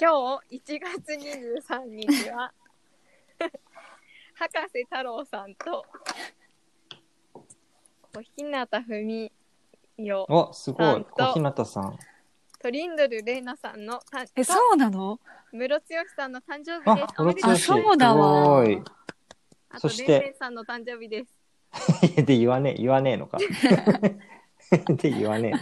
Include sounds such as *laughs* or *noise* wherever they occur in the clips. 今日1月23日は博士太郎さんと小日向文世お、すご。ないんと小日向さん。トリンドル玲奈さんのたえ、そとうなのムロツヨシさんの誕生日であす、。おムめロでツとうヨシ。あそうだわすごいあとそレしてンレンさんの誕生日ですいやで言わねえ、言わねえのか。で言わね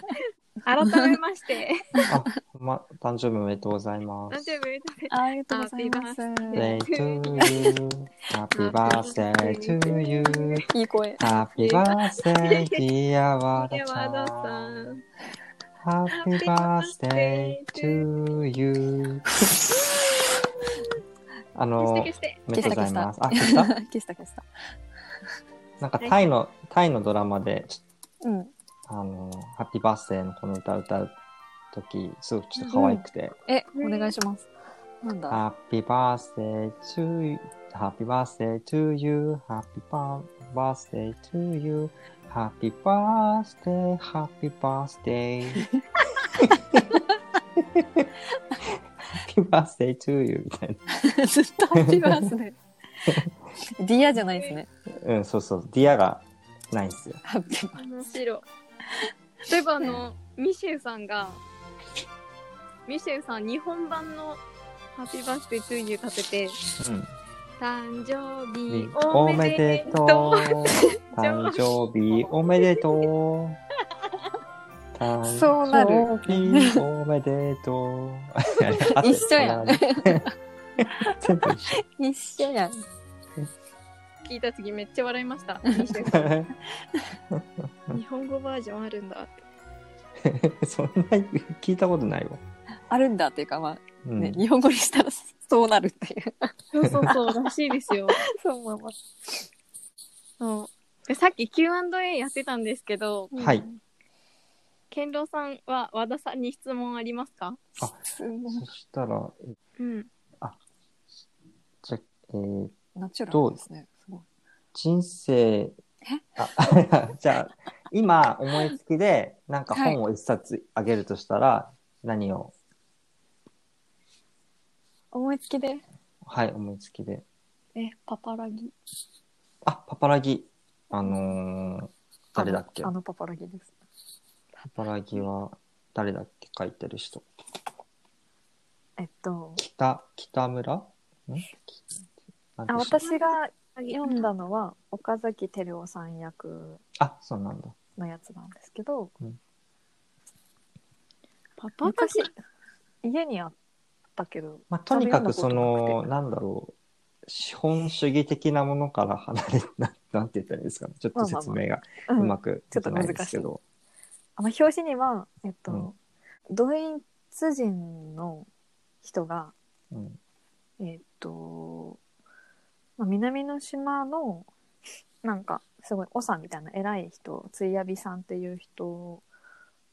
改めまして *laughs* え。あ、ま、誕生日おめでとうございま誕す。生日おめでとうございまありがとうございます。ー Day to you. Happy birthday to you. いい声。 Happy birthday, dear 和す田ちゃ山田さんん。 Happy birthday to you. あ消しのて消、ーしておめでとうございます。あ、消消ししたた *laughs* 消した消した。なんかタイの、タイのドラマで、ちうん。ょあのー、ハッピーバースデーのこの歌歌うとき、すごくちょっと可愛くて、え、お願いします。なんだハッピーバースデー to you, ハッピーバースデー to you, ハッピーバースデー to you, ハッピーバースデー、ハッピーバースデー。ハッピーバースデー to you みたいずっとハッピーバース *laughs* デー。ディアじゃないですね。な。うん、そうそう、ディアがないんですよ。ハッピーバー面白いそういえばあのミシェウさんがミシェウさん日本版の「ハッピーバースデートゥーユー」立ててうん。 「誕生日おおめめででととうう。誕生日おめでとう。誕生日そうなるおめでとう。一緒やん合ってる。全部一緒。ス。一緒やん。聞いた次めっちゃ笑いましたミシェウさん日本語バージョンあるんだって *laughs* そんな聞いたことないわ。あるんだっていうか、まうあんね、日本語にしたらそうなるっていう。そうそうそうらしいですよ *laughs* そう思います。そうでさっき Q&A やってたんですけどはい。健郎さんは和田さんに質問ありますかすごいそしたら、うんじゃ、えーナチュラルですね。すごい。人生、あ *laughs* じゃあ、今思いつきで、なんか本を一冊あげるとしたら、何を、思いつきで。はい、思いつきで。え、パパラギ。あ、パパラギ。あのー誰だっけパあのあのパパラギです。パラギは誰だっけ書いてる人。えっと、北、北村んなんあでした私が読んだのは岡崎照夫さん役あ、そうなんだ。のやつなんですけどパパ昔家にあったけどまあ、とにかく多そ分読んだことなの、なんだろう、資本主義的なものから離れ、ななんて言ったらいいですかね。ちょっと説明がううんまくできないですけちど。あの表紙には、えっとうんドイツ人の人が、うんえっとまあ、南の島のなんかすごい長みたいな偉い人ついやびさんっていう人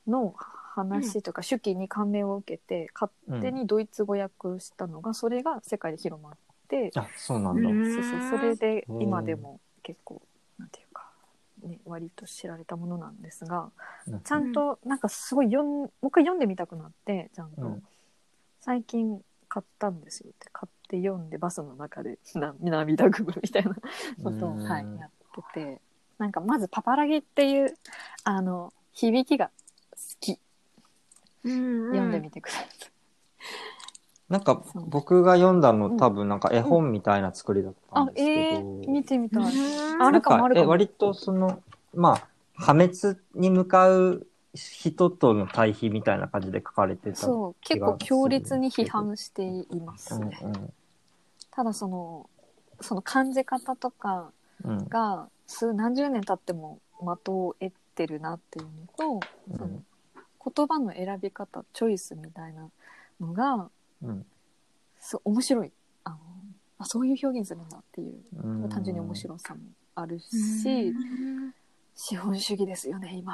の話とか手記に感銘を受けて勝うん手にドイツ語訳したのが、それが世界で広まって、あ、そうなんだ。うんそうそうそれでうん今でも結構なんていうか、ね、割と知られたものなんですがうんちゃんとなんかすごい読んもう一回読んでみたくなってちゃんと、うん最近買ったんですよって買って読んでバスの中で *laughs* な涙ぐむみたいなことを、うんはい、やっててなんかまず「パパラギ」っていうあの響きが好き読読んでみてください。なんかそう僕が読んだの、うん多分なんか絵本みたいな作りだったんであすえけど。ー、見てみたい。ああなるんかもあるかもえ割とその、まあ、破滅に向かう人との対比みたいな感じで書かれてた。そう結構強烈に批判していますうね。んうんただそのその感じ方とかうんが数何十年経っても的を得てるなっていうのと、うんその言葉の選び方チョイスみたいなのがうんそう面白いあのあそういう表現するんだっていううん単純に面白さもあるし、うん資本主義ですよね今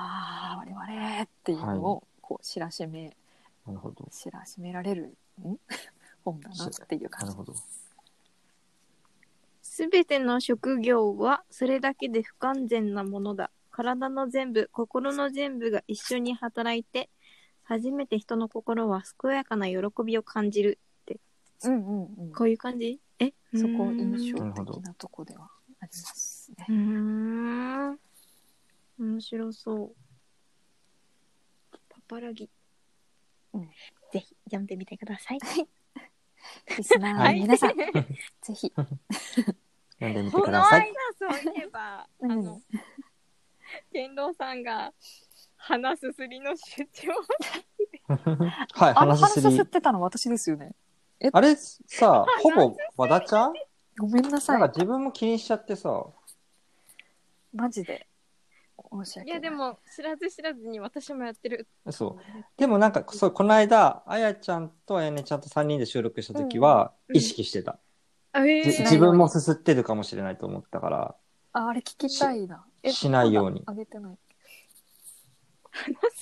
我々っていうのをこう知らしめなるほど。知らしめられるん *laughs* 本だなっていうな感るじほど。すべての職業はそれだけで不完全なものだ。体の全部、心の全部が一緒に働いて、初めて人の心は健やかな喜びを感じるってうんうんうん、こういう感じえそこ印象なるほど的なとこではありますね *laughs* う。ーん面白そうパパラギ、うんぜひ読んでみてくださいリスナー *laughs* の皆さん、ぜひ。読んでみてこくのださ間い。そういえばあうんの天童さんが話すすりの出張 *laughs* はい、あの話話しさすせり。てたの私ですよね。あれ *laughs* さ、ほぼ和田ちゃんごめんななさんかい。自分も気にしちゃってさ、マジで。申しい訳ない。やでも知らず知らずに私もやってるそう。でもなんか、そう、この間、あやちゃんとあやねちゃんと3人で収録した時はうん意識してた。えじしない自よう分にもすすってるかもしれないと思ったから、あ、あれ聞きたいな。しないようにまだ上げてない。い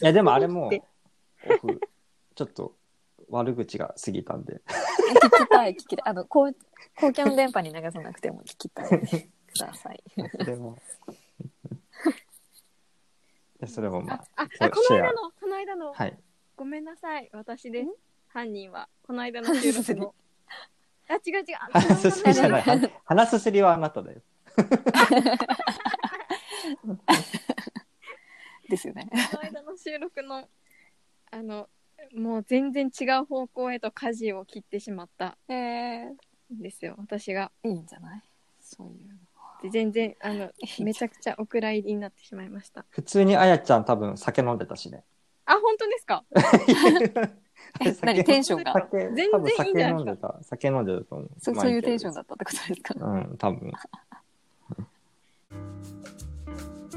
やでもあれもオフちょっと悪口が過ぎたんで聞きたい、聞きたい。あの、公公共の電波に流さなくても聞きたい。ください。それもでそれもまあああそうあこのシェ間アのこの間の、はいごめんなさい私です犯人はこの間の収録 *laughs* のあ違う違うあ話すすりじゃこの間のないは話すすりはあなただよですよね。この間の収録のあのもう全然違う方向へと舵を切ってしまったええんですよ私がいいんじゃないそういう。で全然あのめちゃくちゃお蔵入りになってしまいました普通にあやちゃん多分酒飲んでたしねあ本当ですかえ、何テンション *laughs* が酒全然多分いいん酒じゃない飲んでた酒飲んでたと思うそまあそういうテンションけだったってことですかどうん多分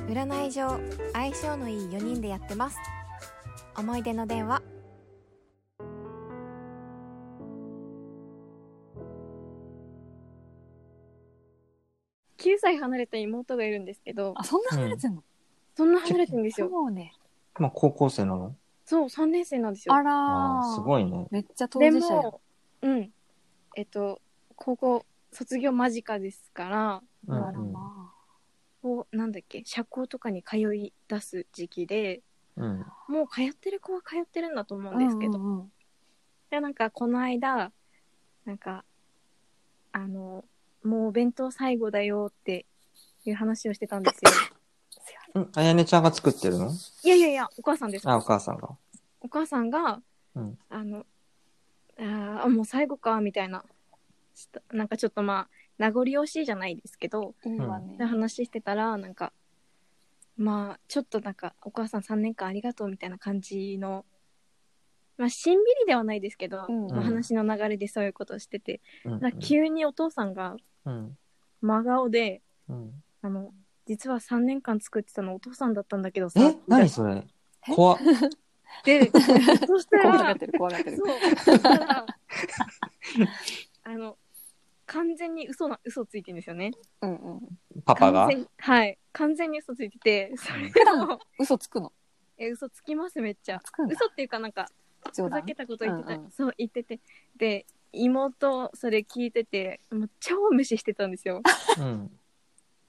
占い上相性のいい4人でやってます思い出の電話9歳離れた妹がいるんですけどあ、そんな離れてんの、そんな離れてるんですよそうね。まあ高校生なのそう3年生なんですよあらああーすごいねめっちゃ当で事者や。もうんえっと高校卒業間近ですからうんあらうんまあ。こうなんだっけ社交とかに通い出す時期でうんもう通ってる子は通ってるんだと思うんですけど、うんうんうんでなんかこの間なんかあのもうお弁当最後だよっていう話をしてたんですようんあやねちゃんが作ってるの *laughs* いやいやいやお母さんですあお母さんがお母さんが、うんあのあーもう最後かみたいなちょっとなんかちょっとまあ名残惜しいじゃないですけどいいわね。で話してたらなんかまあちょっとなんかお母さん3年間ありがとうみたいな感じのまあしんびりではないですけど、うんまあ話の流れでそういうことをしてて、うんうんだから急にお父さんがうん真顔でうん「あの実は3年間作ってたのお父さんだったんだけどさ」え何っそれえ怖ってそした怖がらってる、怖がってる。そうそしたらあの完全に嘘な嘘ついてるんですよね。うんうん。パパが完全にはい完全に嘘ついててそれを嘘つくの。え嘘つきますめっちゃつくんだ。嘘っていうかなんか冗ふざ談。けたこと言ってた、うんうんそう言っててで妹それ聞いててもう超無視してたんですよ。うん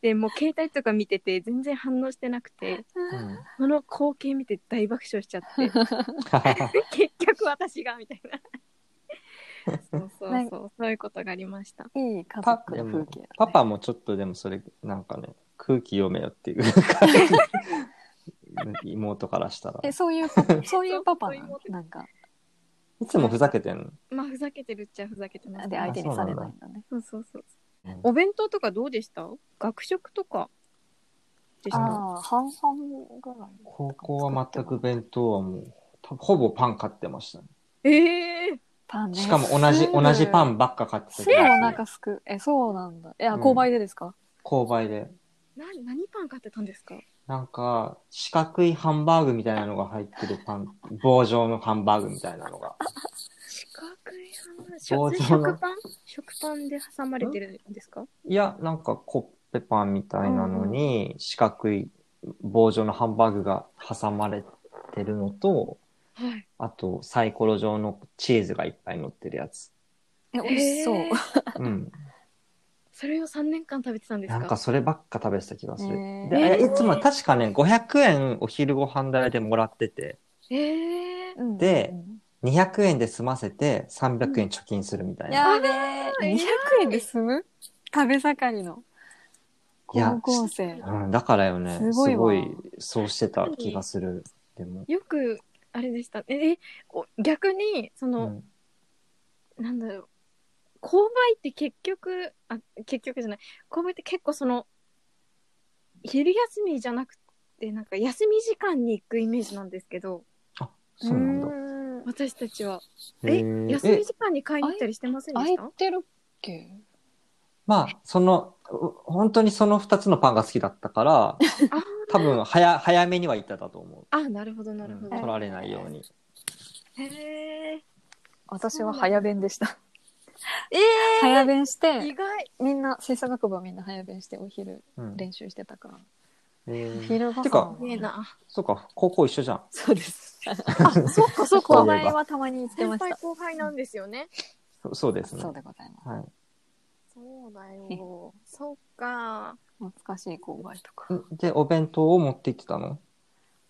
でもう携帯とか見てて全然反応してなくて。うんその光景見て大爆笑しちゃって *laughs* 結局私がみたいなそうそうなんそうそういうことがありましたいい家パ族の風景、パパもちょっとでもそれなんかね空気読めよっていう感じ妹からしたらえ、そういう *laughs* パパ、そういうパパなそうのそういうなんか、いつもふざけてんのまあふざけてるっちゃふざけてますで相手にされないんだね。そうそうそううんお弁当とかどうでした学食とかでしあたあー、半々ぐらい。高校は全く弁当はもうたほぼパン買ってました、ね、ええー、パンね。しかも同じすぐ同じパ。ンばっか買ってたす気ぐおがする腹すく。え、そうなんだ。え、あうん購買でですか購買でな何パン買ってたんですかなんか四角いハンバーグみたいなのが入ってるパン棒状のハンバーグみたいなのが四角い棒食状の食パン食パンで挟まれてるんですかいや、なんかコッペパンみたいなのに、四角い棒状のハンバーグが挟まれてるのと、はいあとサイコロ状のチーズがいっぱい乗ってるやつ。え、美味しそう。ええーうん。それを3年間食べてたんですかなんかそればっか食べてた気がする。ーで、あれいつも確かね、500円お昼ご飯代でもらってて、ええー、うんで、 200円で済ませて300円貯金するみたいな。やべえー200円で済む食べ盛りのいや高校生うん、だからよね、すすごごいいわそうしてた気がする。でも、よくあれでしたええお逆にそうの、ん、なんだろう購買って結局あ結局じゃない購買って結構その昼休みじゃなくてなんか休み時間に行くイメージなんですけどそうなんだ。う私たちはへえー休み時間に買いに行ったりしてませんで空しいたてるっけまあ、その、う本当にその2つのパンが好きだったから、あ多分早、早めには行ってたと思う。あなるほどなるうほんど、取られないように。へえ私は早弁でしたえ早弁し *laughs* て意外みんな吹奏楽部はみんな早弁してお昼うん練習してたから、えー昼ごて飯かはねえなそうか、高校一緒じゃん。そうですそっかそっか後輩はたまに行ってま先し輩た後輩なんですよねそそうですね。そうでございまはい。そうだよそっかす。懐かしい購買とか。んで、お弁当を持ってきてたの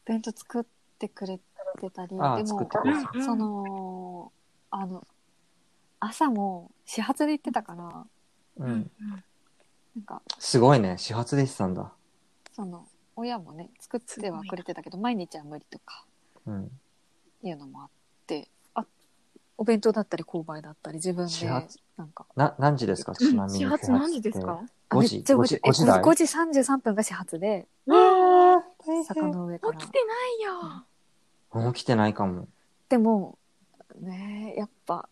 弁当作ってくれてたり、でああ、作もって、くれた。うんその、あの、朝も始発で行ってたから、う。うんなんか、すごいね。始発でしたんだ。その、親もね、作ってはくれてたけど、毎日は無理とかうん。いうのもあって、お弁当だったり購買だったり自分始で発なんかな、何時ですかちなみに。始発何時ですかあ5めっ時、ちゃ5 5時時、 5時台。 5時33分が始発であー大坂の上から起きてないよ変。起きてないかも。でもねえやっぱ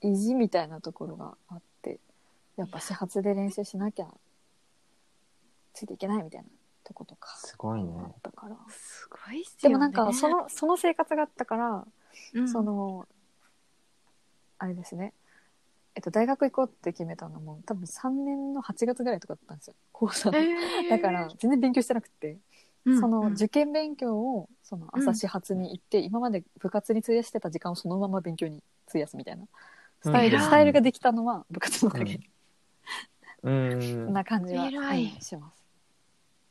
意地みたいなところがあってやっぱ始発で練習しなきゃついていけないみたいなとことかすごいね。あったから、すごいっすでよねもなんかそ、のその生活があったから、うんそのあれですねえっと、大学行こうって決めたのも多分3年の8月ぐらいとかだったんですよ高3の、えーだから全然勉強してなくてうんそのうん受験勉強をその朝始発に行って、今まで部活に費やしてた時間をそのまま勉強に費やすみたいなスタイル,、うんスタイルができたのは部活のおかげ、うん。な感じは、偉いうんします。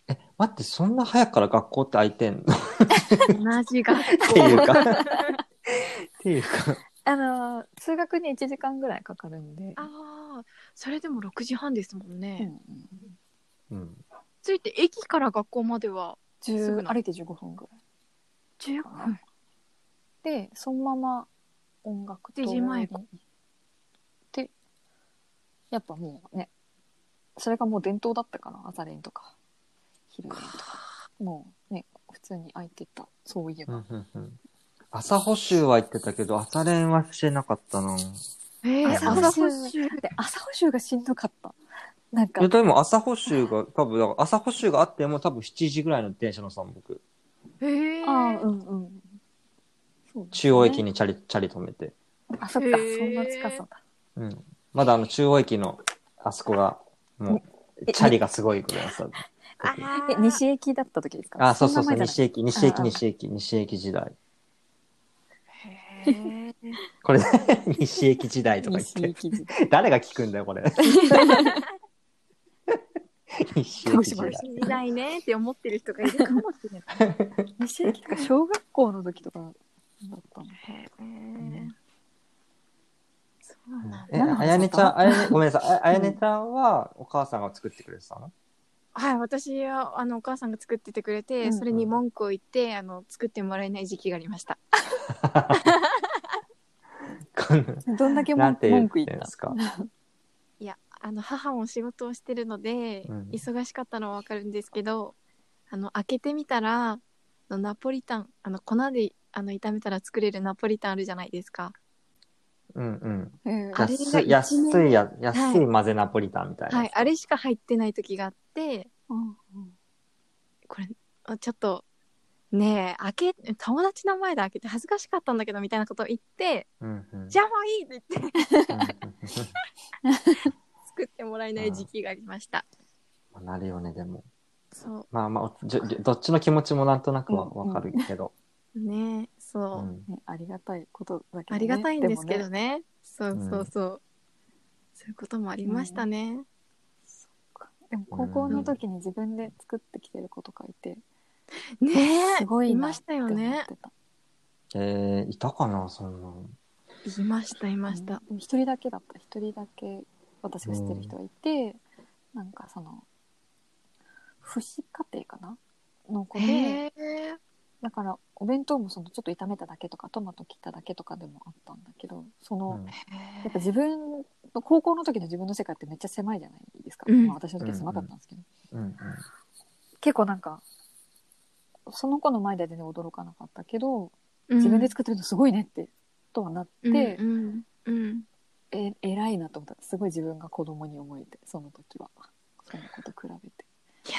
え、待って、そんな早くから学校って開いてんのっ同じ *laughs* がていうか。っていうか。あのー通学に1時間ぐらいかかるんで、ああそれでも6時半ですもんね、うんうんうん。ついて駅から学校まではすぐ10な歩いて15分ぐらい。 15分でそのまま音楽と7時前かでやっぱもうねそれがもう伝統だったから朝練とか昼練とかもうね普通に空いてたそういえば。うんうんうん朝補習は行ってたけど、朝練はしてなかったな。えー朝朝補補習で朝補習がしんどかったなんかいやでも朝補習が、多分、だから朝補習があっても多分7時ぐらいの電車の散僕。えああうんうんそうですね中央駅にチャリ、チャリ止めて。あそっへかーそんな近さだうん。まだあの中央駅の、あそこが、もう、えチャリがすごいぐらいさ。え西駅だった時ですかあ、そうそうそう、んな前じ西ゃ駅、西駅、ああ西駅、西駅時代。へーこれ、 *laughs* 西駅時代とかない言西っ駅時代て、誰が聞くんだよ、こ *laughs* れ。西駅時鹿児島代の。時代ねって思ってる人がいるかもしれな *laughs* い西駅とか小学校の時とかだったのうんそうなんだえ、何の話あやねちゃん、あやね、ごめんなさい。ああやねちゃんは、お母さんが作ってくれてたのはい私はあのお母さんが作っててくれて、うんそれに文句を言ってあの作ってもらえない時期がありましたこんどんだけなな文んて言文って句ん言っでたすか。いやあの母も仕事をしてるので、うん忙しかったのはわかるんですけどあの開けてみたらあのナポリタンあの粉であの炒めたら作れるナポリタンあるじゃないですかうんうん。うんあれが安一年い、安いや、安い混ぜナポリタンみたいな。はいあれしか入ってない時があってうんこれあちょっとねえ開け友達の前で開けて恥ずかしかったんだけどみたいなことを言ってうんうん。じゃあもういいって言ってう作ってもらえない時期がありましたんうんなるよね、でも。そまあまあ、じょじょどっちの気持ちもなんとなくはわかるけど。うねえうそう、んねありがたいことだけどねありがたいんですけどもねねそううんそうそう、そういうこともありましたね、でも高校の時に自分で作ってきてる子とかいてねえすごいいなまっしてた思よってねたえー、いたかな、そんなん。いました、いました。うん一人だけだった一人だけ私が知ってる人がいて、なんかその不死家庭かなの子でへえ。だからお弁当もそのちょっと炒めただけとかトマト切っただけとかでもあったんだけどその、うんやっぱ自分の高校の時の自分の世界ってめっちゃ狭いじゃないですか、うんまあ、私の時は狭かったんですけど、うんうん。結構なんかその子の前では全然驚かなかったけどうん自分で作ってるのすごいねって、とはなって、うんうんうんえ偉いなと思ったすごい自分が子供に思えてその時はその子と比べいてや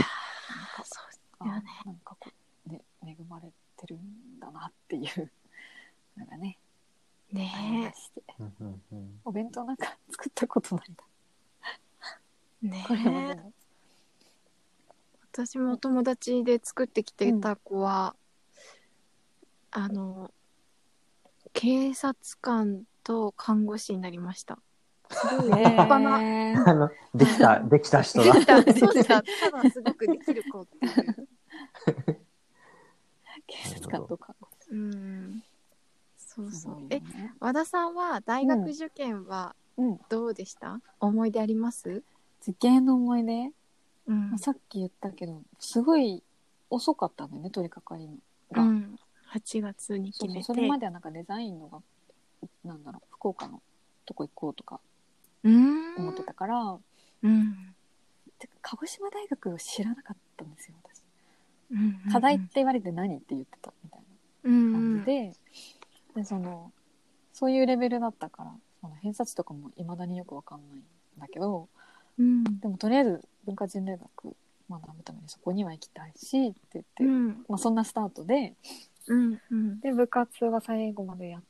ーそうあだよねなんかこう、ね、恵まれてるんだなっていうのがねありまねしてうんうんうんお弁当なんか作ったことないなえねこれはでえも私もお友達で作ってきてた子は、あの警察官と看護師になりました立派ななあの、できた、できた *laughs* 人だ。たそうしたただすごくできる子っていう警察官とかうんそうすそごういよえね和田さんは大学受験はうんどうでした、思い出あります、受験の思い出、うんまあさっき言ったけどすごい遅かったんだよね取り掛かりのうが、ん、8月にそ決うめそてうそれまではなんかデザインのがなんだろう福岡のとこ行こうとかうん思ってたから、うんてか鹿児島大学を知らなかったんですよ私うん課題って言われて何って言ってたみたいな感じで、でそのそういうレベルだったからその偏差値とかもいまだによくわかんないんだけどうんでもとりあえず文化人類学学ぶためにそこには行きたいしって言って、うんまあ、そんなスタートでうんうんで部活は最後までやっ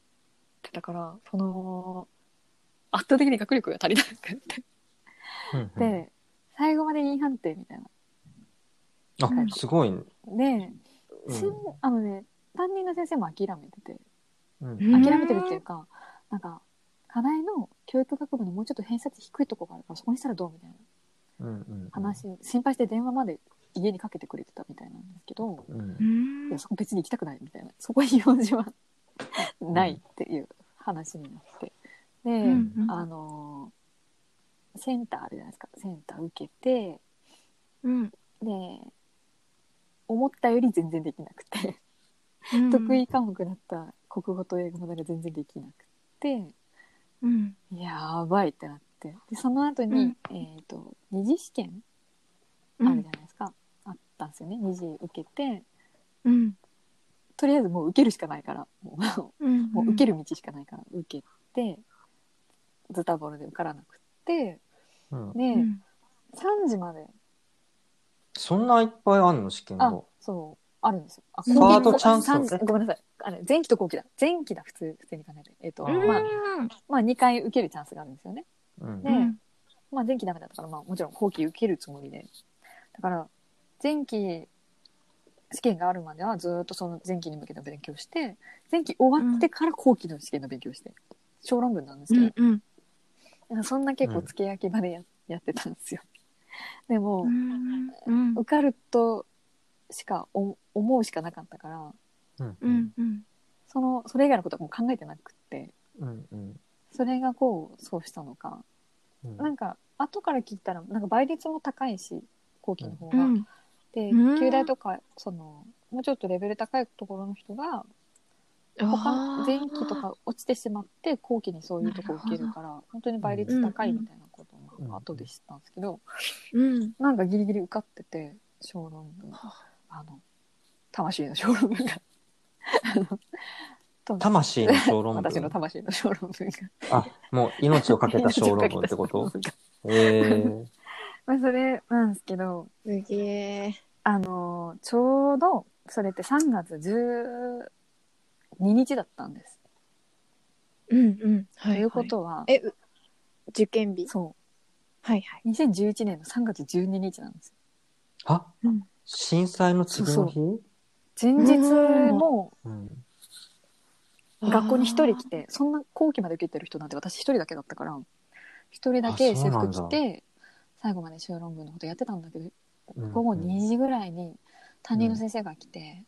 てたからその圧倒的に学力が足りなくて、うんうんで最後まで E 判定みたいな。あ、すごいね。でうんしんあのね担任の先生も諦めててうんうん諦めてるっていうか、なんか課題の教育学部のもうちょっと偏差値低いとこがあるからそこにしたらどうみたいなうんうんうん話を心配して電話まで家にかけてくれてたみたいなんですけど、うんう。んいやそこ別に行きたくないみたいなそこに用事はないっていう話になってで、うんうんあのーセンターあるじゃないですかセンター受けてうんで思ったより全然できなくて。うん得意科目だった国語と英語のが全然できなくてうんやばいってなってでその後に、えっ、と二次試験あうんるじゃないですか、あったんですよね二次受けてうんとりあえずもう受けるしかないからもううんもう受ける道しかないから受けてズタボロで受からなくってうんで、うん3時までそんないっぱいあんの、試験あが。そうあるんですよあサー後期ドチャンス三時ごめんなさいあれ前期と後期だ前期だ普通普通に考えてえっ、と、うんまあまあ2回受けるチャンスがあるんですよねうんでまあ、前期ダメだったから、まあ、もちろん後期受けるつもりで。だから、前期試験があるまではずーっとその前期に向けた勉強して、前期終わってから後期の試験の勉強して、小論文なんですうけんうんど、そんな結構付け焼き場でや,、やってたんですよ。 *laughs* でも、うん受かるとしかお思うしかなかったから、うんううんんうんその、それ以外のことはもう考えてなくって、うんうんそれがこう、そうしたのか。うんなんか、後から聞いたら、なんか倍率も高いし、後期の方うが。んでうん旧大とかそのもうちょっとレベル高いところの人があ他ー前期とか落ちてしまって後期にそういうとこ受けるから本当に倍率高いみたいなことうんも後で知ったんですけど、うんなんかギリギリ受かってて小論文あの魂の小論文があのと魂の小論私の文。魂の小論文があ、もう命をかけた小論文ってこ命をとかけた小論文がえー *laughs* まあそれなんですけどすげえあのちょうどそれって3月12日だったんです。うんうんはということは、えう受験日そはいはいう2011年の3月12日なんですよあうん、震災の次の日前日もうん学校に一人来てそんな後期まで受けてる人なんて私一人だけだったから一人だあけそう制なん服だ着て最後まで修論文のことやってたんだけどうん午後2時ぐらいに担任の先生が来て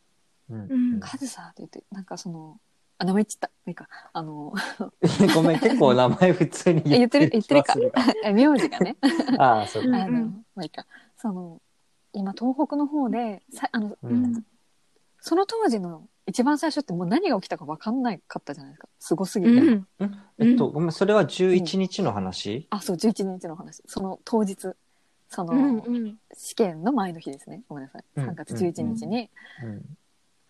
うんうん「カズさ」って言ってなんかそのあ、名前言っちゃった。まあいいか。あの、 *laughs* ごめん、結構名前普通に言ってる言ってる気がえ *laughs* 名字がね、する *laughs* ああ、そううんか。あの、まあいいか。その、今、東北の方で、さあの、うん。その当時の一番最初ってもう何が起きたか分かんないかったじゃないですか。すごすぎうて。ん。んえっと、ごめん、それは11日の話あ、そう、11日の話。その当日。その、うん。うん。試験の前の日ですね。ごめんなさい。うん3月11日に、うん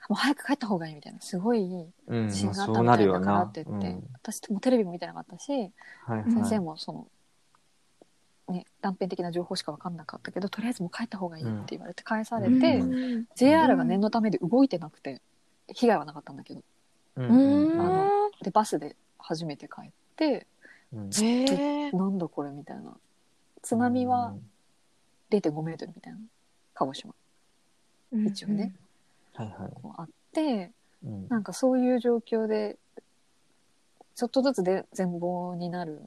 もう早く帰った方がいいみたいな。すごいうん。自信まあがあそったうみなたるいよだからなっ。てう言んって、私もテレビも見てなかったし、はいはい先生もその、ね、断片的な情報しか分かんなかったけど、とりあえずもう帰った方がいいって言われて返されて、うんうん JR が念のためで動いてなくて、被害はなかったんだけど。う。うんん。あで、バスで初めて帰って、のうんへえ。なんだこれみたいな。津波は0.5メートルみたいな。鹿児島。一応ね。はいはい。こうあって、うんなんかそういう状況で、ちょっとずつで全貌になる、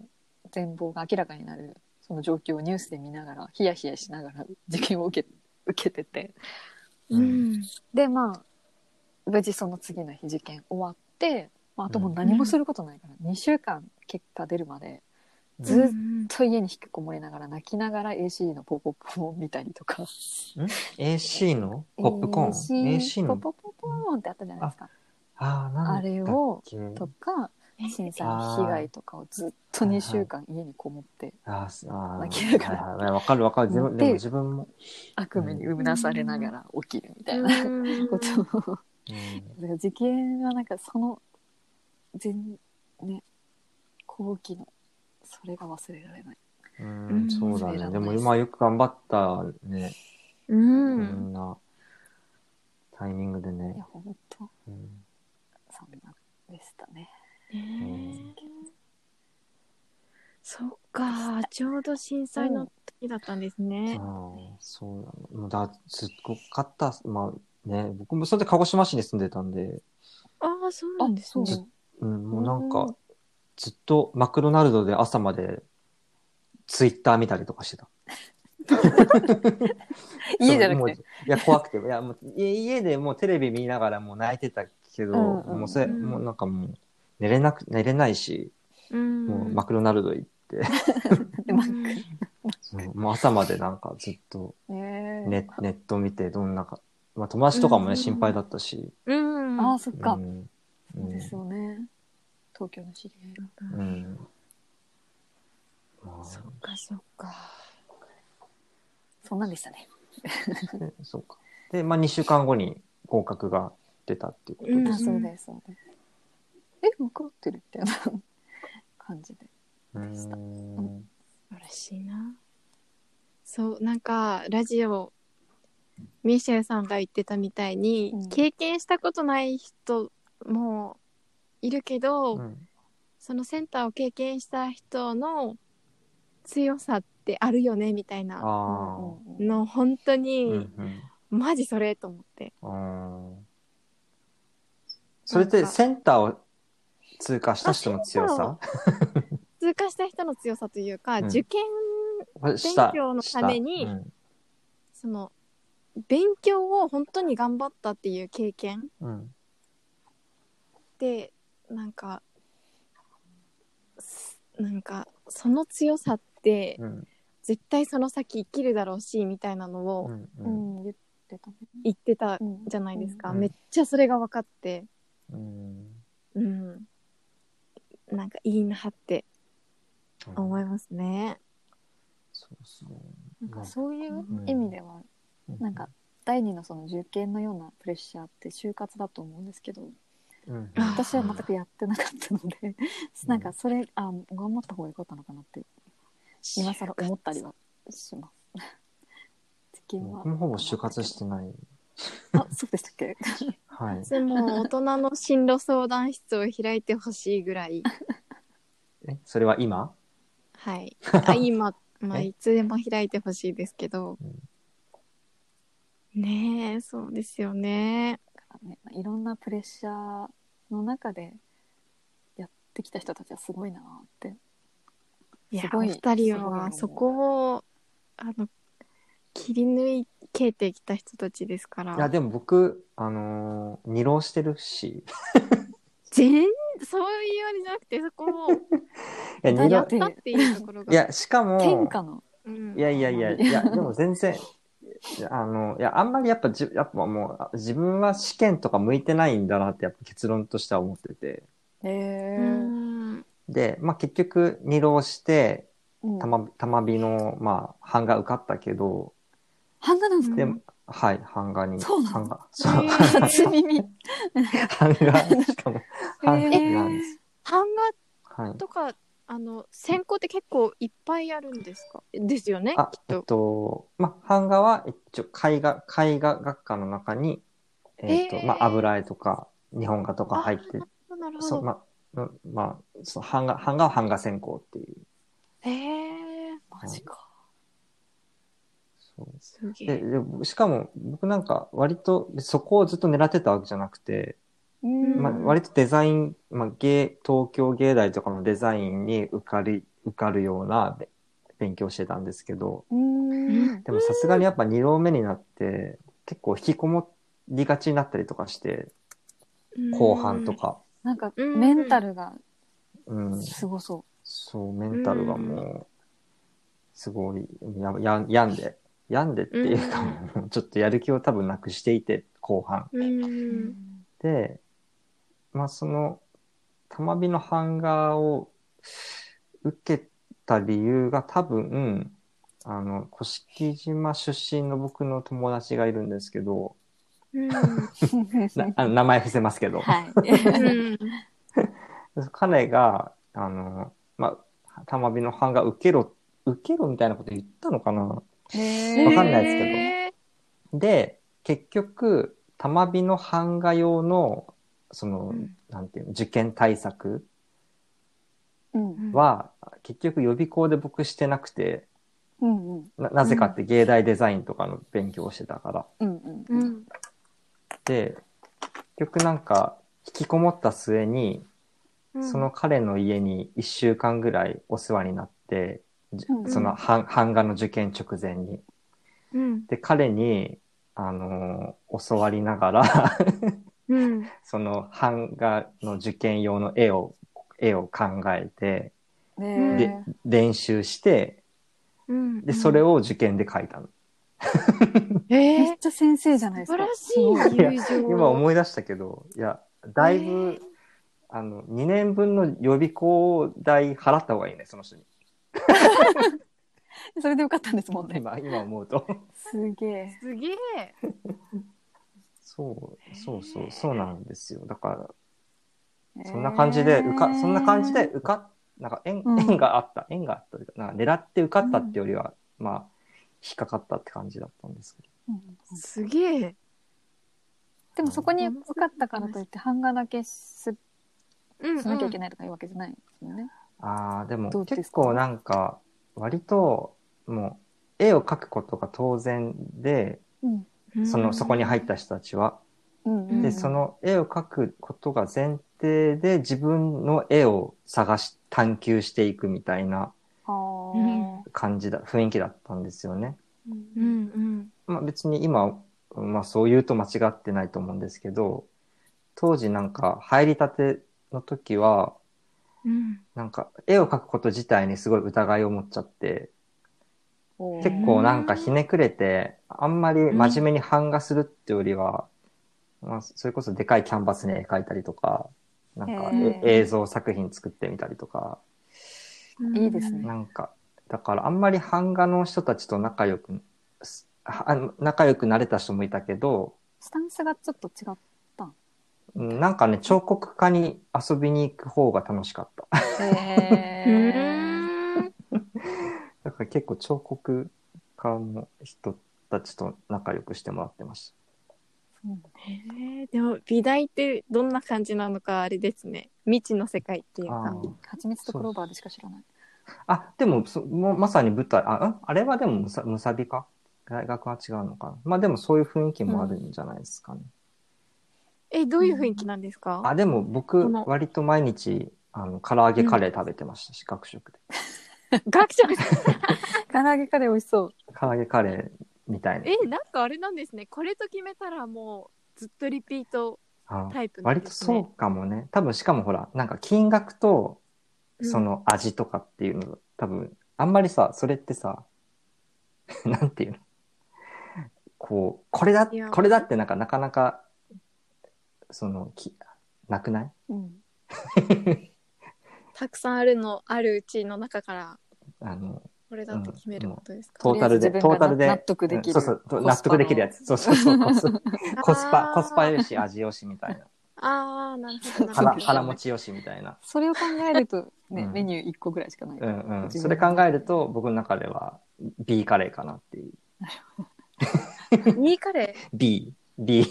全貌が明らかになる、その状況をニュースで見ながら、ヒヤヒヤしながら受験を受け受けてて。うん。うん。で、まあ、無事その次の日受験終わって、まあ、あともう何もすることないから、2週間結果出るまで、ずうっんと家に引きこもりながら泣きながら AC のポポポを見たりとか。 AC のポップコーン ?AC AC ポのポポポーンってあったじゃないですか。ああ、なんだっあれをけとか、え震災の被害とかをずっと2週間家にこもってあーすあー、泣きながらはいはいわかるわかる。自分でもで自分も。悪夢にうなされながら起きるみたいなこううとを、んだから事件はなんかその全ね後期のそれが忘れられないうんうんそうだ忘れらね。れないでも今よく頑張ったね。いろん。んなタイミングでいやね。本当うんそんなでしたねねえそっか、ちょうど震災の時だったんですね。ああ、そうなの。もうだ、すっごかった。まあね、僕もそれで鹿児島市に住んでたんで、ああ、そうなんですね。うん、もうなんうか、ずっとマクドナルドで朝までツイッター見たりとかしてた。家じゃなもうくいてや、怖くて。いや、もう家家でもうテレビ見ながらもう泣いてたけど、うんうんもうそれ、うんもうなんかもう寝れなく、寝れないし、うん。もうマクドナルド行って、でマックそうもう朝までなんかずっとねネネット見て、どんなか、まあ友達とかもうんうんね、心配だったし。うん。ああそっか、うんそうですよね東京の知り合いがうん。まあそっか、そっか。そんなんでしたねでそうか。で、まあ2週間後に合格が出たっていうことうんあです。そうですそうですえ分かってるみたいな感じでうん。素晴らしいな。そう、なんか、ラジオ、ミシェルさんが言ってたみたいに、うん経験したことない人もいるけど、うんそのセンターを経験した人の強さってあるよね、みたいあなあ。うんうんうんの、本当うんうに、んマジそれと思って。うんそれってセンターを通過した人の強さ通過した人の強さというか、うん受験 *laughs* した勉強のためにしたうんその勉強を本当に頑張ったっていう経験うんってなんかすなんかその強さってうん絶対その先生きるだろうしみたいなのうをんううんん言ってたね言ってたうんじゃないですか、うんめっちゃそれが分かってうんうんなんかいいなって思いますね。そうそなんかそういう意味では、うなんか第二のその受験のようなプレッシャーって就活だと思うんですけどうんあ私は全くやってなかったので、ん *laughs* なんかそれあ頑張った方が良かったのかなって今更思ったりはします。 *laughs* 受験は僕もほぼ就活してないあそうでしたっけはいでも大人の進路相談室を開いてほしいぐらいえそれは今はい *laughs* あ今、まあ、えいつでも開いてほしいですけどうんねえそうですよね。ねいろんなプレッシャーの中でやってきた人たちはすごいなっていやすおごい二人すごい思はうそこをあの切り抜けてきた人たちですかいやらでも僕あのー二浪してるし全そういうあれじゃなくてそこ *laughs* もや、何二やや度っ、たっていうところがいや、しかも、天下のうんいやいやいや、いや、でも全然、いやあの、いや、あんまりやっぱじ、やっぱもう、あ自分は試験とか向いてないんだなって、やっぱ結論としては思ってて。うへえんで、まあ結局、二浪して、うんたま、たまびの、まあ、版画受かったけど、版画なんですかでも、はい、版画に。そうなの版画。そう、 *laughs* 版初耳画、しかも、版画なんです。版はい画。とかあの専攻って結構いっぱいあるんですかですよねあ *laughs* きっ、えっとと、まあ、版画は一応絵画、絵画学科の中に、えっと、へーまあ、油絵とか日本画とか入って、あなるほそう、どまあ、うんまあ、そう版画、版画は版画専攻っていう。へえマジかそうすげでえでしかも僕なんか割とそこをずっと狙ってたわけじゃなくて、んまあ、割とデザイン、まあ、芸東京芸大とかのデザインに受かり受かるようなべ勉強してたんですけど、うんでもさすがにやっぱ2浪目になって結構引きこもりがちになったりとかして後半とか、なんかうんメンタルがうんすごそそうメンタルがもうすごいやや病んで病んでっていうか、もうちょっとやる気を多分なくしていて後半うんうう、んでまあそのたまびの版画を受けた理由が多分あの甑島出身の僕の友達がいるんですけど、うんなあの名前伏せますけど、はいうん彼が、あの、まあ、たまびの版が受けろ、受けろみたいなこと言ったのかな。*laughs* へわかんないですけどへで、結局、たまびの版画用の、その、うんなんていうの、受験対策うんーは、結局予備校で僕してなくて、うんうんななぜかって芸大デザインとかの勉強をしてたから。うんううんんで、結局なんか、引きこもった末に、うんその彼の家に1週間ぐらいお世話になって、じうんその版版画の受験直前に。うんで、彼に、あのー教わりながら、うんその版画の受験用の絵を、絵を考えて、ねで、練習して、うんで、それを受験で書いたの。えめーっちゃ先生じゃないです素晴からしすいご友情今思い出したけど、いや、だいぶ、あの、2年分の予備校代払った方がいいね、その人に。それでよかったんですもんね今、今思う *laughs* と。すげえすげえそう、そうそう、そうなんですよ。だから、そんな感じで受か、そんな感じで受かっ、なんか縁うん縁があった、縁があったというか、なんか狙って受かったってよりは、まあ、引っかかったって感じだったんですけど。うんすげえでもそこに受かったからといって版画だけすうんしなきゃいけないないとかいうわけじゃないですよね。ああ、でもどうですか結構なんか、割と、もう、絵を描くことが当然で、うんその、そこに入った人たちは。うんうんで、その絵を描くことが前提で自分の絵を探し、探求していくみたいなはあうん感じだ、雰囲気だったんですよね。うんうんまあ、別に今、まあ、そう言うと間違ってないと思うんですけど当時なんか入りたての時はうんなんか絵を描くこと自体にすごい疑いを持っちゃっておー結構なんかひねくれてあんまり真面目に版画するってよりは、まあ、それこそでかいキャンバスに絵描いたりとかなんかえへー映像作品作ってみたりとかうんいいですねなんかだからあんまり版画の人たちと仲良くすあ仲良くなれた人もいたけどスタンスがちょっと違っうんなんかね、彫刻家に遊びに行く方が楽しかった。 *laughs* て。うへんだから結構彫刻家の人たちと仲良くしてもらってましへえでも美大ってどんな感じなのかあれですね未知の世界っていうた。かあー蜂蜜とクローバーでしか知らない。あ、でもそもうまさに舞台、あ、んあれはでもむさ、むさびか大学は違うのかな。まあでもそういう雰囲気もあるんじゃないですかね。えどういう雰囲気なんですかあ、でも僕その、割と毎日、あの、唐揚げカレー食べてましたし、学食で。学者が唐揚げカレー美味しそう。唐揚げカレーみたいな。えなんかあれなんですねこれと決めたらもうずっとリピートあタイプなん割でとすねそうかもね。多分しかもほら、なんか金額とうんその味とかっていうの、多分あんまりさ、それってさ、 *laughs* なんていうのこう、これだいや、これだってなんかなかなか、その、きなくない *laughs* うんたくさんあるのあるうちの中からあの、これだって決めることですか、トータルで、とりあえず自分トがータルで、納得できるうんそうそうと、コスパの納得できるやつ。そうそうそう。コ *laughs* スコスあパ、ーコスパよし、味よしみたいああなるほどな。なる腹、ほど腹持ちよしみたいな。それを考えると、ねうんメニュー1個ぐらいしかない、うんうん。自そ分れ考えると、僕の中では B カレーかなっていう。いいカレー B、B、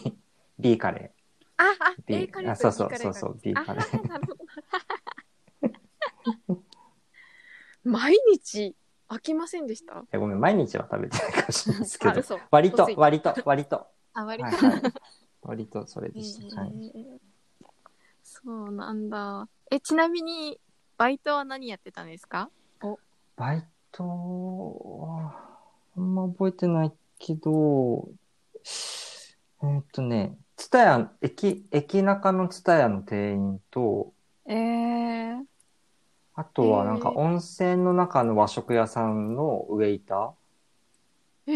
B カレああ *laughs* ー。B、 A カレーあとそうそう B カレーそうがそう、B あカレー。ーなるほど *laughs* 毎日飽きませんでしたえごめん、毎日は食べてないかもしれないですけあど。嘘割おとつい、*laughs* 割と、割と。あ割はと、いはい。割とそれでした。はいえーそうなんだえちなみにバイトは何やってたんですかバイトは、あんま覚えてないけど、えーっとね、ツタヤ、駅、駅中のツタヤの店員と、えー、あとはなんかへー温泉の中の和食屋さんのウェイター、へ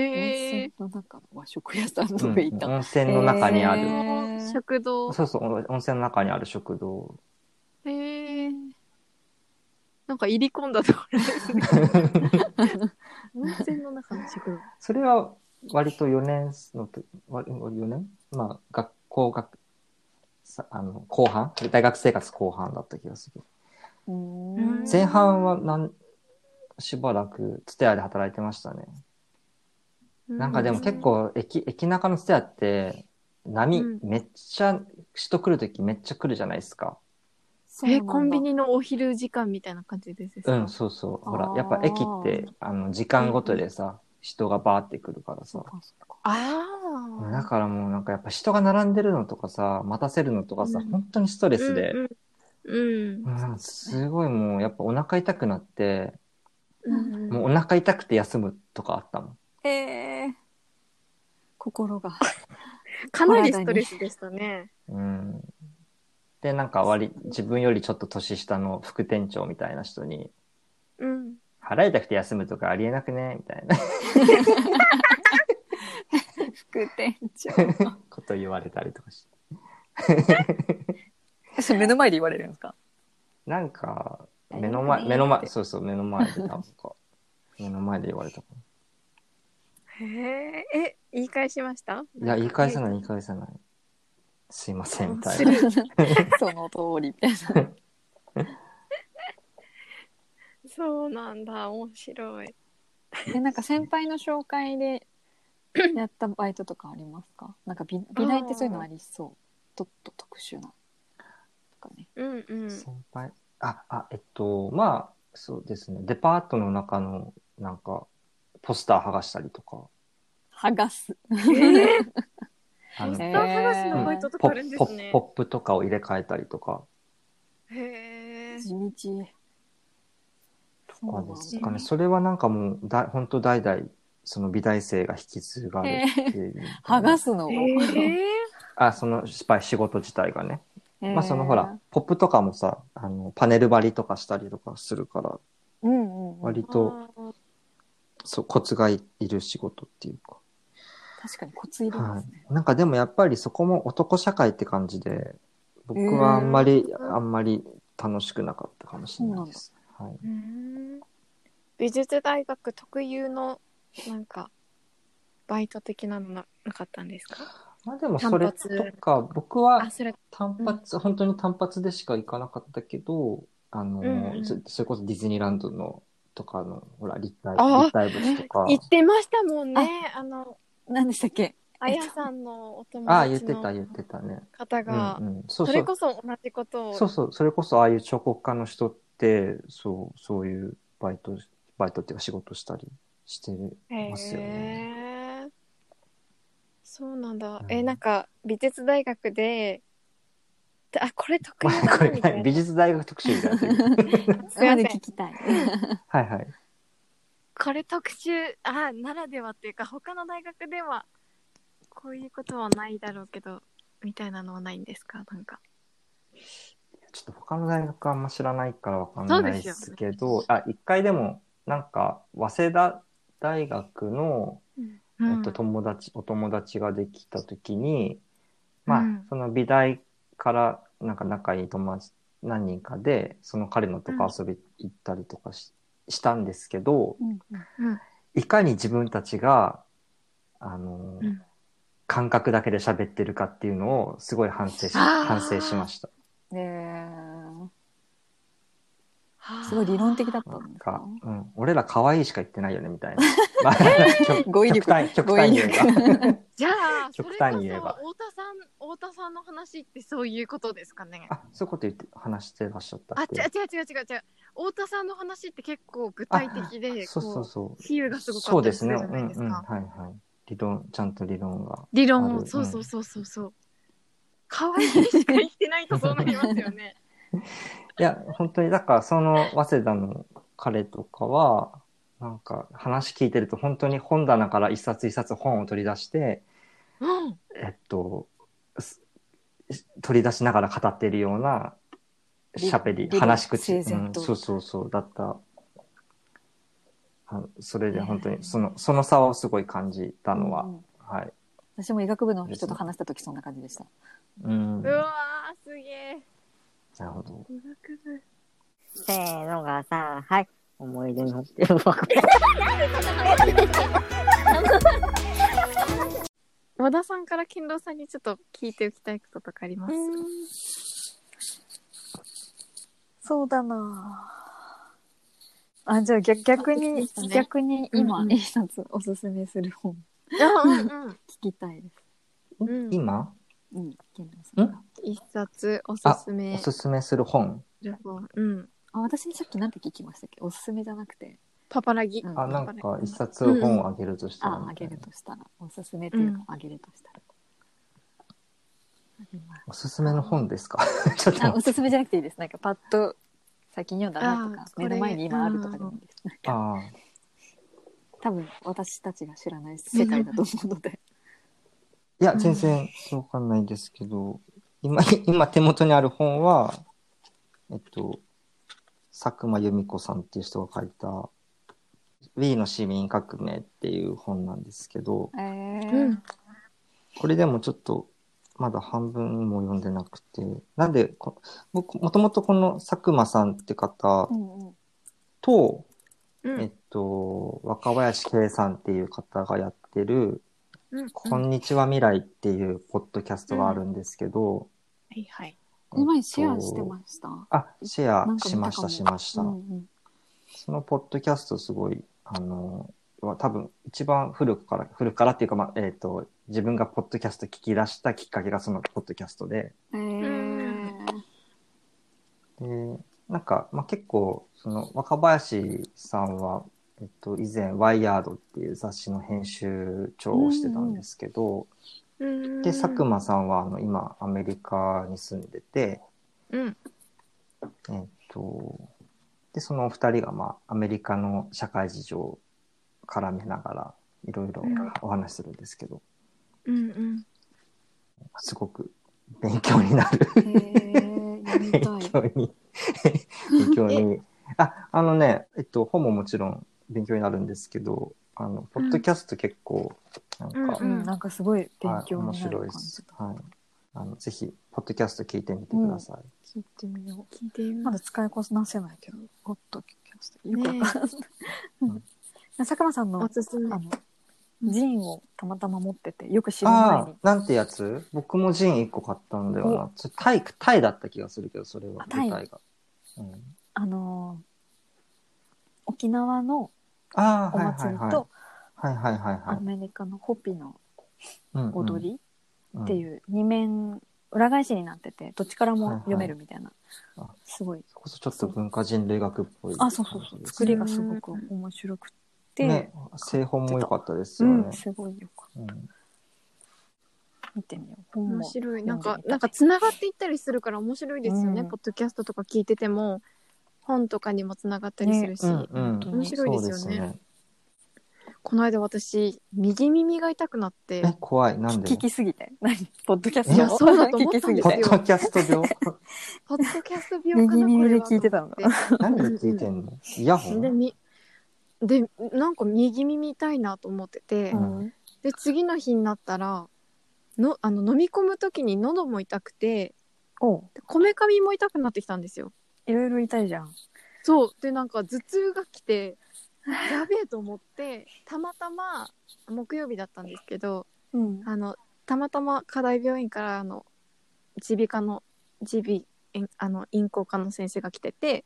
え温泉の中の和食屋さんうのん上いた、温泉の中にある、へー食堂そうそう、温泉の中にある食堂。へえなんか入り込んだところですね *laughs* 温泉の中の食堂それは割と4年のと、割4年まあ、学校、学、さあの、後半大学生活後半だった気がする。ううんん前半はなんしばらくツタヤで働いてましたね。なんかでも結構駅駅中のツタヤって波うんめっちゃ人来るときめっちゃ来るじゃないですか。そうなんえだコンビニのお昼時間みたいな感じですうかん、そうそう。ほらあ、ーやっぱ駅ってあの時間ごとでさ、人がバーって来るからそさう。かそうかあだあからもうなんかやっぱ人が並んでるのとかさ、待たせるのとかさ、うん本当にストレスで、うんうんすごいもうやっぱお腹痛くなって、うんもうお腹痛くて休むとかあったもん。えー、心がかなりストレスでしたねうんで、なんか割り、自分よりちょっと年下の副店長みたいな人に、うん払いたくて休むとかありえなくねみたいな *laughs* 副店長 *laughs* こと言われたりとかして。それ目の前で言われるんですかなんか、あり目えなくねの前、目のって前、そうそう、目の前で、 *laughs* なんか、目の前で言われたかへええ言い返しましたな。いや、言い返さない、言い返さない。すいません、み *laughs* たいな。 *laughs* その通りみたいなそうなんだ面白いえなんか先輩の紹介でやったバイトとかありますかなんか美美大ってそういうのありそうちょっと特殊なとかねうんうん先輩あ、あ、えっと、まあ、そうですね。デパートの中の、なんか、ポスター剥がしたりとか。剥がすえー、あのポスタへーえ剥がしのバイトとかポあるんですポねポップとかを入れ替えたりとか。へえ地道そとうかですねかうんね。それはなんかもう、だ本当代々、その美大生が引き継がれているみたいな。剥がすの、えあ、その失敗仕事自体がね。へえまあそのほら、ポップとかもさ、あの、パネル張りとかしたりとかするから、うんうん、うん割、と、そう、コツがいいる仕事っていうか。確かにコツいりまはすね、い。なんかでもやっぱりそこも男社会って感じで、僕はあんまり、あんまり楽しくなかったかもしれないです。はい。うん美術大学特有のなんかバイト的なのななかったんですかまあでもそれとか、僕はあそれ単発、本当に単発でしか行かなかったけど、あの、うんうんそそれこそディズニーランドのとかの、ほら、立体、あ立体物とか。言ってましたもんねあの何でしたっけあやさんのお友ああ、言っ達てた、の言ってたね。方うがんうん。そそうそれうこ。そ同じことをそうそう。それこそ、ああいう彫刻家の人って、そう、そういうバイト、バイトっていうか仕事したりしてますよへね。ーそうなんだ、うえんなんか美術大学であこれ得意だなこれみた何い美な術大学特集みたいになってる。それまで聞きたいはいはい。これ特集あならではっていうか他の大学ではこういうことはないだろうけどみたいなのはないんですかなんか。ちょっと他の大学あんま知らないからわかんそうないですでよすけど、あ、一回でも、なんか、早稲田大学の、うんえっと、友達、お友達ができたときに、まあ、うんその美大から、なんか仲いい友達何人かで、その彼のとこ遊び行ったりとかし,、したんですけど、うんいかに自分たちが、あの、うん感覚だけで喋ってるかっていうのをすごい反省し、あー反省しました。ねえすごい理論的だったなんんですかか、うん、俺ら可愛いしか言ってないよね、みたいな。 *laughs* まあ極語彙極力端、極端に言え語彙ば。じゃあ、それ極こそ端に太言えば田さん、太田さんの話ってそういうことですかね。あ、 *laughs* そういうこと言って、話してらっしゃったあ、っ違うけ違う違う違う違う。太田さんの話って結構具体的で、そうそうこそうう、。比喩がすごかそうったでりすすね。るうじゃんなういん。ではすか。いはい。理論、ちゃんと理論が。理あ論るうを、んそうそうそうそうそう。可愛いしか言ってないとそうなりますよ *laughs* ね。いや、本当に、だからその、早稲田の彼とかは、なんか話聞いてると本当に本棚から一冊一冊本を取り出して、うん。えっと、す取り出しながら語っているような喋り、理理話し口、整然うん、とそうそうそう、だった。あそれで本当に、その、その差をすごい感じたのは、うんはい。私も医学部の人と話した時そんな感じでした。うん。うなるわー、すげえ。ほど。医学部。せーのがさ、はい。思い出のってる。和田さんから健郎さんにちょっと聞いておきたいこととかありますそうだなああじゃあ逆逆に、そうですね逆に今、うんうん一冊おすすめする本うん聞きたいです。うんうん。今、うん、健太さんが。一冊おすあす、めおすすめする本。旅行。うん。あ、私さっき何て聞きましたっけおすすめじゃなくて。パパラギ。うんあ、あなんか一冊本をあげるとしたら、あげるとしたら。おすすめっていうか、あげるとしたら。おすすめの本ですかちょっとあ、お待って。すすめじゃなくていいです。なんかパッと最近読んだなとあか、これ目の前に今あるとかでもいいです。ああ多分私たちが知らない世界だと思うので。いや、全然わかんないですけど、今、今手元にある本は、えっと、佐久間由美子さんっていう人が書いた、ウィーの市民革命っていう本なんですけど、 *laughs* えうーん。これでもちょっと、まだ半分も読んでなくて、なんでこ、僕、もともとこの佐久間さんって方うんうんと、うえっん。と、若林圭さんっていう方がやってる、うん。こんにちは未来っていうポッドキャストがあるんですけど、はいはい。この前シェアしてす。ました。あ、シェなアんか見したかまもした、しました。うんうんそのポッドキャストすごい、あの、は多分一番古くから、古くからっていうか、まあ、えっ、と、自分がポッドキャスト聞き出したきっかけがそのポッドキャストで、えーで、なんか、まあ、結構、その若林さんは、えっと、以前、ワイヤードっていう雑誌の編集長をしてたんですけど、うんで、佐久間さんはあの今、アメリカに住んでて、うん。えっと、で、そのお二人が、まあ、アメリカの社会事情を絡めながら、いろいろうんお話しするんですけど、うんうん。すごく勉強になる。 *laughs* えー、やり勉たい。強に。勉強に。あ、あのね、えっと、本ももちろん勉強になるんですけど、あの、ポッドキャスト結構、なんか、うん *laughs* うはいん、なんかすごい勉強面になる白い感でじすだ。。はい。あの、ぜひ、ポッドキャスト聞いてみてください。聞いてみよ聞いてみう。ま。ますだ使いこなせないけど、ポッドキャスト。よねえかった。うん佐久間さんのおすすめあ。の、ジンをたまたま持ってて、よく知る前あにあ、なんてやつ僕もジン1個買ったんだよな。それタイ、タイだった気がするけど、それはあ。タイ舞台が。うん、あのー、沖縄のああ、おはいはい祭りはい。とはいはいはいはアいメリカのホピのうんうん。踊りっっていう二面裏返しになってて、どっちからも読めるみたいなはいはいあ。すごい。それこそちょっと文化人類学っぽい。あ、そうそうそう。作りがすごく面白くて、ね、製本も良かったですうよん、ね。すごいよかっうんた。見てみよう。本面も。白い。なん読んかでみ、たいなんか繋がっていったりするから面白いですよね。うんポッドキャストとか聞いてても、本とかにも繋がったりするし。うんうん面白いですよね。そうですね。この間私、右耳が痛くなって、え、怖い。なんで聞きすぎて。何ポッドキャスいトやをそうだと思ったんですポよッドキャスト *laughs* 上ポッドキャスト病か右な耳これでは聞いてたのか。何で聞いてんのイヤホでンみでなんか右耳痛いなと思ってて、うんで次の日になったらのあの飲み込む時に喉も痛くておうでこめかみも痛くなってきたんですよいろいろ痛いじゃん。そうでなんか頭痛が来てやべえと思ってたまたま木曜日だったんですけどうん。あのたまたま課題病院からあの耳鼻科の耳鼻えあの咽喉科の先生が来てて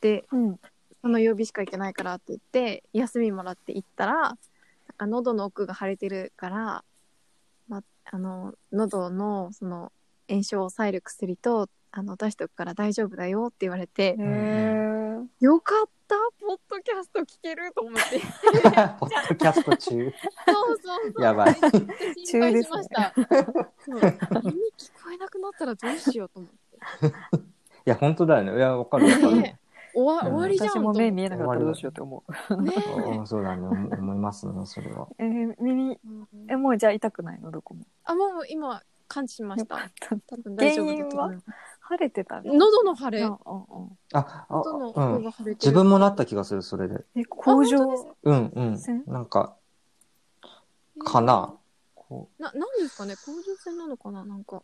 でうん。その曜日しか行けないからって言って休みもらって行ったらなんか喉の奥が腫れてるから、ま、あの喉のその炎症を抑える薬とあの出しとくから大丈夫だよって言われてへえ。よかったポッドキャスト聞けると思って *laughs* *laughs* ポッドキャスト中。 *laughs* そうそうそうやばいめっちゃ心配しました、そう耳聞こえなくなったらどうしようと思っていや、本当だよね。いや、わかるわかる。ね終わ終わりじゃんと私思もって目見えなかったらどうしようって思う。ねうんそうだね。思思いますね、それは。えー、耳、ええ、もうじゃあ痛くないのどこも。あもう今感知しましよたかった。多分大丈夫だと思います晴れてたの喉の腫れうんうんうんあ、あ喉のう方ん。が腫れて自る、分もなった気がする、それで。え、工あ本当です場うんうん。なんか、かな。こななんですかね甲状腺なのかななんか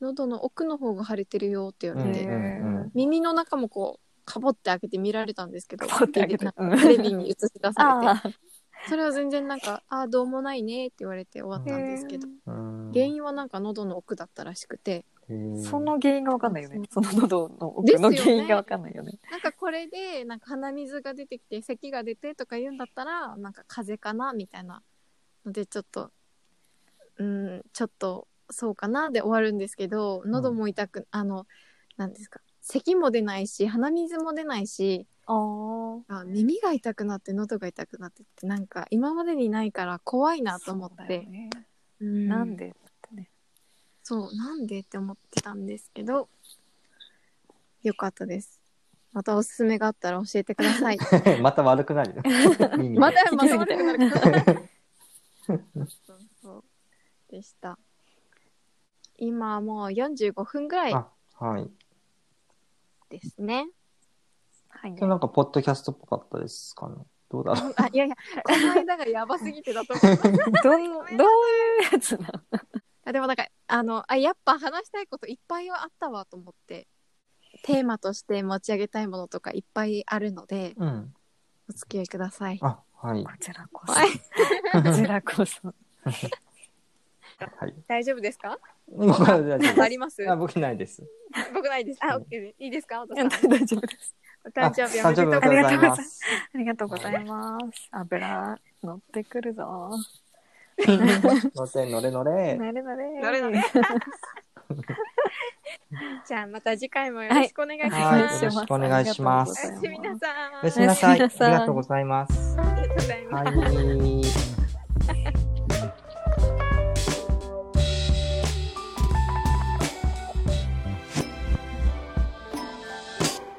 喉の奥の方が腫れてるよって言う。うわんれて、うんうん。耳の中もこうかぼって開けて見られたんですけどかぼって開けてなんかうんテレビに映し出されてああ、それは全然なんか「ああどうもないね」って言われて終わったんですけどうん原因はなんか喉の奥だったらしくてへーその原因がわかんないよね。その喉のです奥よのね原因がわかんないよね。なんかこれでなんか鼻水が出てきて咳が出てとか言うんだったらなんか風邪かなみたいなのでちょっとうんちょっとそうかなで終わるんですけど喉も痛く、あのなんですか咳も出ないし鼻水も出ないしああ。あ耳が痛くなって喉が痛くなってってなんか今までにないから怖いなと思そっうだよて、ねうなんでってね。そうなんでって思ってたんですけどよかったですまたおすすめがあったら教えてください *laughs* また悪くなるよ。耳またまきすた悪ぎてくなるから。そうそうでした。今もう45分ぐらいあ、はい。ですね。はい。今日なんか、ポッドキャストっぽかったですかね。どうだろう。あいやいやこの間がやばすぎてだと思う。どん、どういうやつなのあでもなんかあのあやっぱ話したいこといっぱいはあったわと思ってテーマとして持ち上げたいものとかいっぱいあるのでうん。お付き合いください。あ、 *laughs* はいこ。ちらこはいそ。こちらこ *laughs* そ。はい。大丈夫ですか？僕は大丈夫あでりますす。？あ、僕ないです。僕ないです。ああオオッッケーいいですか？大丈夫です。お *laughs* あ誕生日お誕めで生とう日おめでとうございます。ありがとうございます。油、乗ってくるぞ。乗せ乗れ乗れ。なれなれ。なれなれ。じゃあまた次回もよろしくお願いしはまいす。よろしくお願いしますおやすみなさおやい。すみなさい。あおやりすみなさいがとうございます。ありがとうございますはい。